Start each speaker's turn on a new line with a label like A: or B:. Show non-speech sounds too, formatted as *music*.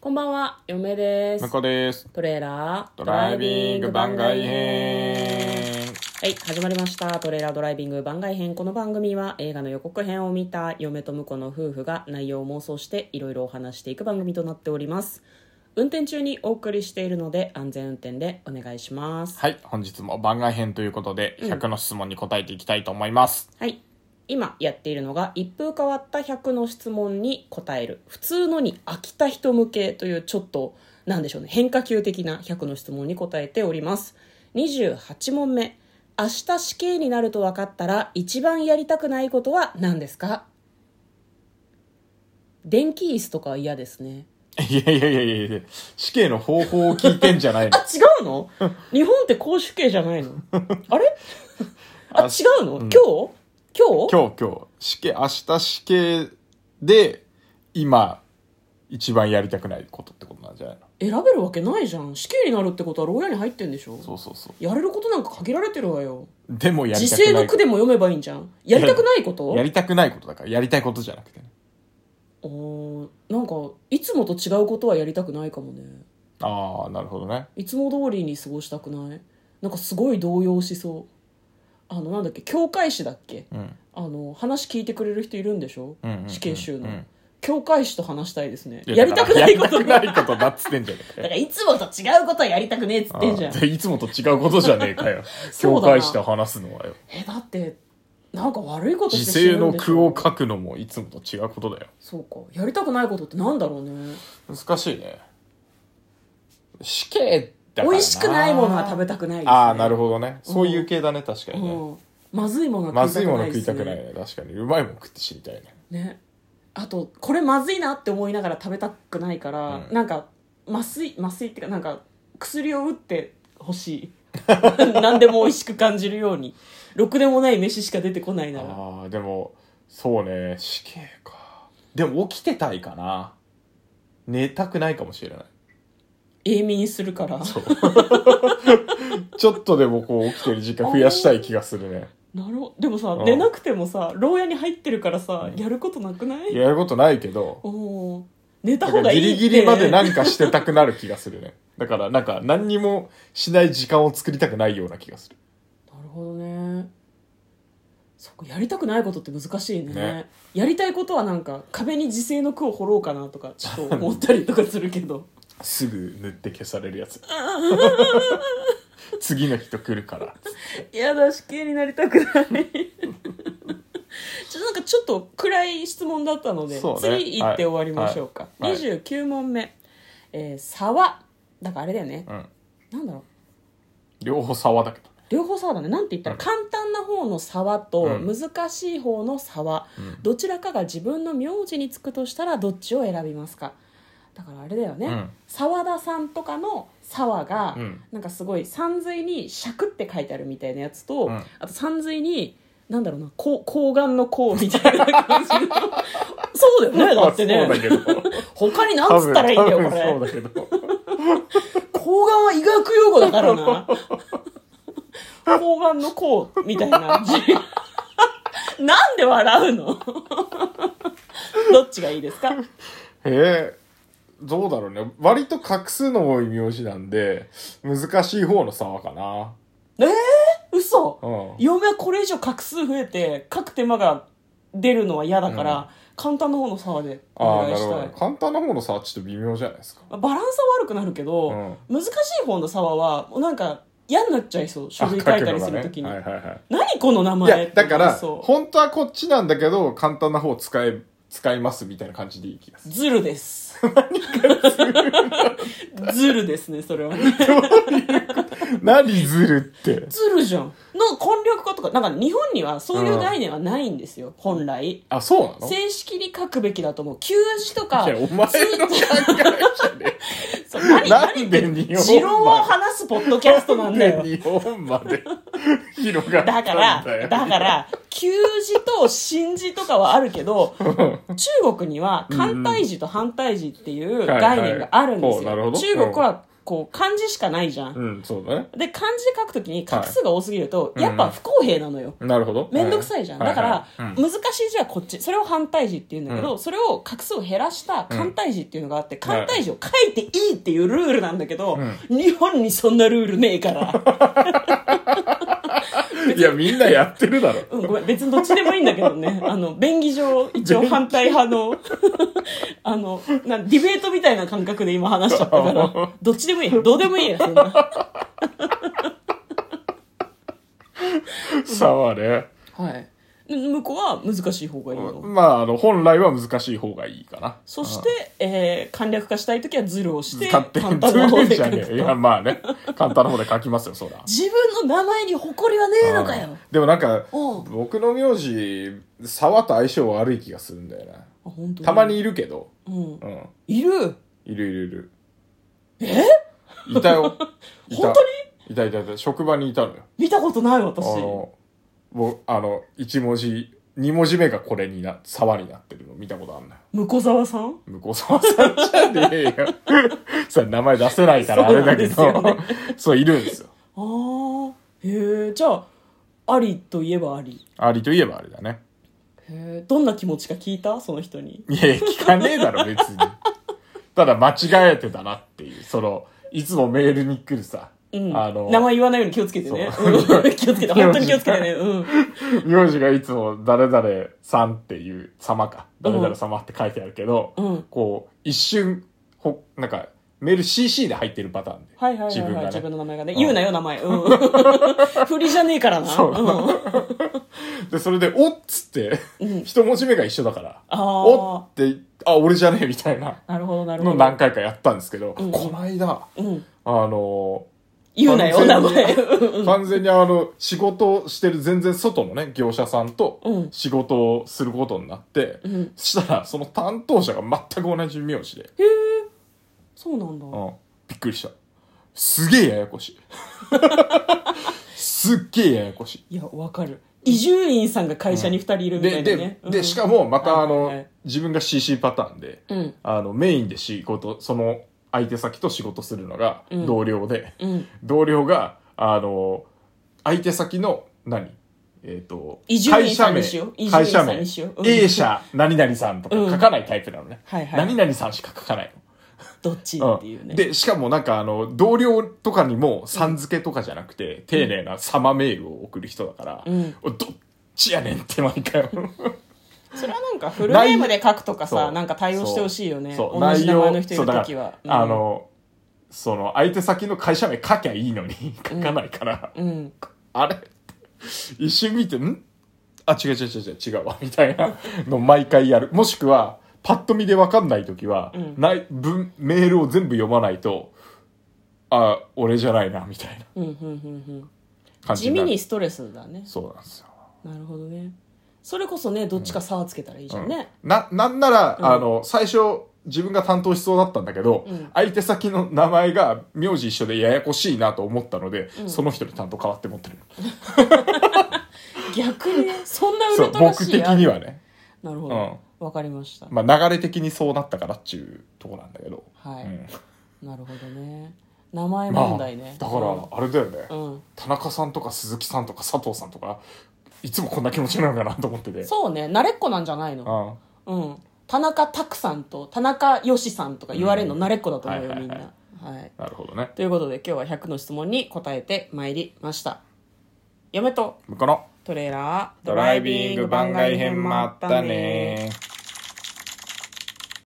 A: こんばんは、嫁です
B: 向。こうです。
A: トレーラード
B: ドライビング番外。編。
A: はい、始まりました。トレーラードライビング番外編。この番組は映画の予告編を見た嫁と婿の夫婦が内容を妄想していろいろお話していく番組となっております。運転中にお送りしているので安全運転でお願いします。
B: はい、本日も番外編ということで、100の質問に答えていきたいと思います。
A: はい。今やっているのが一風変わった100の質問に答える普通のに飽きた人向けというちょっとなんでしょうね変化球的な100の質問に答えております28問目明日死刑になると分かったら一番やりたくないことは何ですか電気椅子とかは嫌ですね
B: いやいやいやいやいや死刑の方法を聞いてんじゃない *laughs* の
A: あ違うの日本って公主刑じゃないのあれあ
B: あ
A: 違うの、今日今日
B: 今日今日、死刑、明日死刑で、今、一番やりたくないことってことなんじゃないの
A: 選べるわけないじゃん死刑になるってことは牢屋に入ってんでしょ
B: そうそうそう。
A: やれることなんか限られてるわよ
B: でもやり
A: 時
B: たく
A: 世
B: な
A: の
B: い
A: 句。でも読めばいいんじゃんやりたくないこと
B: やりたくないことだから、やりたいことじゃなくてね。
A: おーなんかいつもと違うことはやりたくないかもね
B: ああ、なるほどね。
A: いつも通りに過ごしたくないなんかすごい動揺しそうあのなんだっけ教会師だっけ
B: うん。
A: あの話聞いてくれる人いるんでしょ、
B: うんうんうん
A: 死刑囚の、
B: うん
A: 教会師と話したいですね
B: い
A: やりたくないこ
B: や
A: と
B: りた
A: が
B: くないことだっつってんじゃねえ
A: だ
B: かよ
A: からいつもと違うことはやりたくねえっつってんじゃん
B: あーでいつもと違うことじゃねえかよ
A: *laughs* そう
B: 教
A: だな
B: 会師と話すのはよ
A: えだってなんか悪いことして
B: 時
A: 死ぬ
B: 世
A: ん
B: の
A: でし
B: 句を
A: ょ
B: 書くのもいつもと違うことだよ
A: そうかやりたくないことってなんだろうね
B: 難しいね死刑だから
A: 美味しくないものは食べ
B: た
A: たくないです、ね、
B: ああなるほどねそういう系だね確かにね、
A: うんまずいものは
B: ま
A: 食
B: ず
A: い
B: い
A: たく
B: も
A: な
B: の
A: い
B: 食
A: で
B: い
A: す
B: た
A: ね
B: くないね確かにうまいもん食って知りたいね
A: ねあとこれまずいなって思いながら食べたくないから、
B: うん
A: なんか麻酔麻酔っていうかなんか薬を打ってほしい *laughs* 何でも美味しく感じるようにろくでもない飯しか出てこないなら
B: ああでもそうね死刑かでも起きてたいかな寝たくないかもしれない
A: 永眠するから
B: そうちょっとでもこう起きてる時間増やしたい気がするね
A: *laughs* なるほどでもさ
B: うん
A: 寝なくてもさ牢屋に入ってるからさやることなくない
B: やることないけど
A: おおー寝た
B: だ
A: 方
B: から
A: がいい
B: ギリ
A: って
B: ギリまで何かしてたくなる気がするね。だからなんか何にもしない時間を作りたくないような気がする。
A: なるほどねそこやりたくないことって難しいね
B: ね
A: やりたいことはなんか壁に自制の句を掘ろうかなとかちょっと思ったりとかするけ *laughs* ど
B: すぐ塗って消される
A: *laughs*
B: やつ。次の人来るから。
A: やだ死刑になりたくない *laughs* ちょっとなんかちょっと暗い質問だったので、
B: そうね
A: 次行って終わりましょうか、
B: はいはい
A: 29問目、えー、沢だからあれだよね
B: うん。
A: なんだろう
B: 両方沢だけど。
A: 両方沢だねなんて言ったら
B: うん
A: 簡単な方の沢と
B: う
A: 難しい方の沢、
B: うん
A: どちらかが自分の名字につくとしたらどっちを選びますかだからあれだよね、
B: うん
A: 沢田さんとかの沢が、
B: うん
A: なんかすごい山水に尺って書いてあるみたいなやつと、
B: うん
A: あと山水になんだろうなこう睾丸の甲みたいな感じの
B: *laughs*
A: そうだよねだって
B: まあそうだ
A: ね
B: けど。
A: 他に
B: 多
A: 何つっ
B: 分、
A: たらいいんだよこれ
B: 多分そうだけど。
A: 睾丸は医学用語だからな。睾丸の甲みたいな字。なんで笑うのどっちがいいですか
B: へえ。どうだろうね。割と画数の多い名字なんで、難しい方の沢かな。
A: えー、嘘
B: うん。
A: 嫁はこれ以上画数増えて書く手間が出るのは嫌だから、
B: うん
A: 簡単の方の差でお
B: ああ、
A: 願い
B: なる
A: し
B: ほ
A: たい
B: ど。簡単な方の沢はちょっと微妙じゃないですか。
A: まあバランスは悪くなるけど、
B: う
A: 難しい方の差はもうなんか嫌になっちゃいそう書類書いたりするときに、
B: あ書くのがねはいはいはい。
A: 何この名
B: い
A: 前
B: や、だから、
A: って思いそう
B: 本当はこっちなんだけど、簡単な方使え、使いますみたいな感じでいい気がする。
A: ズルです。
B: *laughs*
A: ズルですね、それはね。
B: 何ずるって。
A: ズルじゃん。の、婚略化とか、なんか日本にはそういう概念はないんですよ、本来。
B: あ、そうなの
A: 正式に書くべきだと思う。休止とか
B: い、や、お前の考えじゃね
A: そう *laughs* 何、
B: え。なん
A: 何、
B: で日
A: 持
B: 本
A: 論を
B: ま
A: 話すポッドキャストなんだ
B: で。
A: よ。
B: 日本まで *laughs* 広がった
A: だ
B: ん
A: から、
B: だよ。
A: だから、旧字と新字とかはあるけ
B: *laughs*
A: ど、中国には反対字と反対字っていう概念があるんです
B: うんほうなる
A: よ。
B: ほど
A: 中国はこう漢字しかないじゃん。
B: うん、そうだね。
A: で、漢字で書くときに画数が多すぎると、
B: い
A: やっぱ不公平なのよ。
B: なるほど。
A: めんどくさいじゃん。だから、
B: はいはいうん
A: 難しい字はこっち。それを反対字って言うんだけど、
B: う
A: それを画数を減らした簡体字っていうのがあって、簡体字を書いていいっていうルールなんだけど、日本にそんなルールねえから。 *laughs*
B: いや、みんなやってるだろ。
A: うん、ごめん、別にどっちでもいいんだけどね。あの、便宜上、一応反対派の、 *laughs* あの、なんディベートみたいな感覚で今話しちゃった
B: *laughs*
A: から、どっちでもいいよ。どうでもいいよ、そんな。
B: さはね。
A: はい。で向こうは難しい方がいいよ。
B: まあ、あの、本来は難しい方がいいかな。
A: そして、えー簡略化したいときはズルをして、
B: 勝手
A: 簡
B: に
A: 単な方
B: ずる
A: で
B: じ
A: 書
B: ゃ
A: く
B: ね
A: と
B: え。いや、まあね。簡単な方で書きますよ、そら。
A: 自分の名前に誇りはねえのか
B: う
A: よ
B: ん。でもなんか、
A: おう
B: 僕の名字、沢と相性悪い気がするんだよね。
A: あ本当
B: たま、にいるけど。
A: うん、
B: うん。
A: いる
B: いるいるいる。えいた
A: *laughs*
B: よ。いた
A: 本
B: いたいたいた。職場にいたのよ。
A: 見たことない私
B: あの、僕、あの、一文字、二文字目がこれにな、沢になってるの見たことあんのよ。
A: 向沢さん
B: 向こう沢さんじゃねえ
A: *laughs*
B: よ。それ名前出せないからあれだけど、
A: そう
B: *laughs* そ
A: な
B: う,、
A: んですよね
B: いるんですよ。
A: あーへえじゃあありといえばあり
B: アリといえばあれだね。
A: へえどんな気持ちか聞いたその人に
B: いや、聞かねえだろ、別に。ただ間違えてたなっていう、その、いつもメールに来るさ、
A: うん
B: あの、
A: 名前言わないように気をつけてね
B: そう
A: うん *laughs* 気をつけて本当に気をつけてねうん
B: 名字がいつも誰々さんっていう様か。誰々様って書いてあるけど、
A: うん
B: こう、一瞬、ほ、なんか、メール CC で入ってるパターンで。
A: はいはいはい、はい、
B: 自
A: 自分
B: 分がね。
A: の名前がね
B: うん
A: 言うなよ名前
B: *laughs*
A: うん *laughs* 振りじゃねえからな
B: そう
A: うん、
B: で、それで、おっつって、
A: うん
B: 一文字目が一緒だから、
A: あ
B: お
A: あ
B: って、あ、俺じゃねえみたいな
A: なるほどなるほ
B: の
A: ど
B: 何回かやったんですけど、
A: うん
B: こないだ、
A: うん、
B: あの
A: 言うなよ名
B: 完全
A: 前
B: *laughs*
A: う
B: に
A: ん
B: ー完全にあの、仕事をしてる全然外のね、業者さんと
A: うん
B: 仕事をすることになって、
A: うん
B: そしたら、その担当者が全く同じ名字で、
A: そうなんだ
B: うん、びっくりした。すげえややこしい。 *laughs* すっげえややこしい。
A: いや、わかる。伊集院さんが会社に二人いるみた
B: で、
A: いなね
B: で。、で、しか
A: も。
B: も、またあ
A: はいは
B: の
A: い、
B: 自分が CC パターンで、
A: うん。
B: あの、メインで仕事、その相手先と仕事するのが
A: うん
B: 同僚で、
A: うん。
B: 同僚が、あの、相手先の何、えっ、と
A: 伊、集
B: 会
A: 院
B: 社
A: さん
B: 名
A: にしよう、伊集
B: 会
A: 院
B: 社
A: さん
B: 名
A: にしよう、うん
B: A 社何々さんとか
A: うん
B: 書かないタイプなのね。
A: はいはい
B: 何々さんしか書かないの。
A: どっち
B: うん
A: っていうね。
B: で、しかもなんかあの、同僚とかにもさん付けとかじゃなくて、丁寧な様メールを送る人だから、
A: うん
B: おどっちやねんって毎回。
A: *laughs* それはなんかフルネームで書くとか
B: そ
A: さ、
B: う
A: なんか対応してほしいよね。
B: そう
A: 同じ名前の人い
B: そ
A: る
B: うだ
A: と
B: か
A: きは
B: ら。
A: うん
B: あ、のその相手先の会社名書きゃいいのに *laughs* 書かないから、
A: うん。
B: あれ一瞬見てんあ違う違う違う違う違うわみたいなの毎回やるもしくはパッと見で分かんない時は、
A: うん
B: ない文メールを全部読まないとあ俺じゃないなみたいな
A: うん、うん、うん、うん。
B: 感じ
A: 地味
B: になる
A: にストレスだね。
B: そうなんですよ
A: なるほどね。それこそね、どっちか差をつけたらいいじゃんね。
B: な、なんなら、
A: うん
B: あの、最初、自分が担当しそうだったんだけど、
A: うん
B: 相手先の名前が名字一緒でややこしいなと思ったので、その人に担当変わって持ってる。
A: 逆にね、そんなウ
B: そ
A: ル
B: う、
A: トラ
B: 僕
A: しい。
B: 的に。はね。
A: なるほ
B: うん
A: ど。わかりました。
B: まあ、流れ的にそうなったからっていうとこなんだけど。
A: は
B: うん
A: い。なるほどね。名前
B: まあ、
A: 問題ね。
B: だから、あれだよね、
A: うん、うん。
B: 田中さんとか鈴木さんとか佐藤さんとか、いつもこんな気持ちなのかなと思ってて。
A: そうね慣れっこなんじゃないのうん田中拓さんと田中よしさんとか言われるの
B: うん
A: 慣れっこだと思うよ、
B: はいはいはい
A: みんなはい
B: うん。なるほどね。
A: ということで今日は100の質問に答えてまいりました嫁と
B: この、
A: トレーラード
B: ドライビング番外編もあったね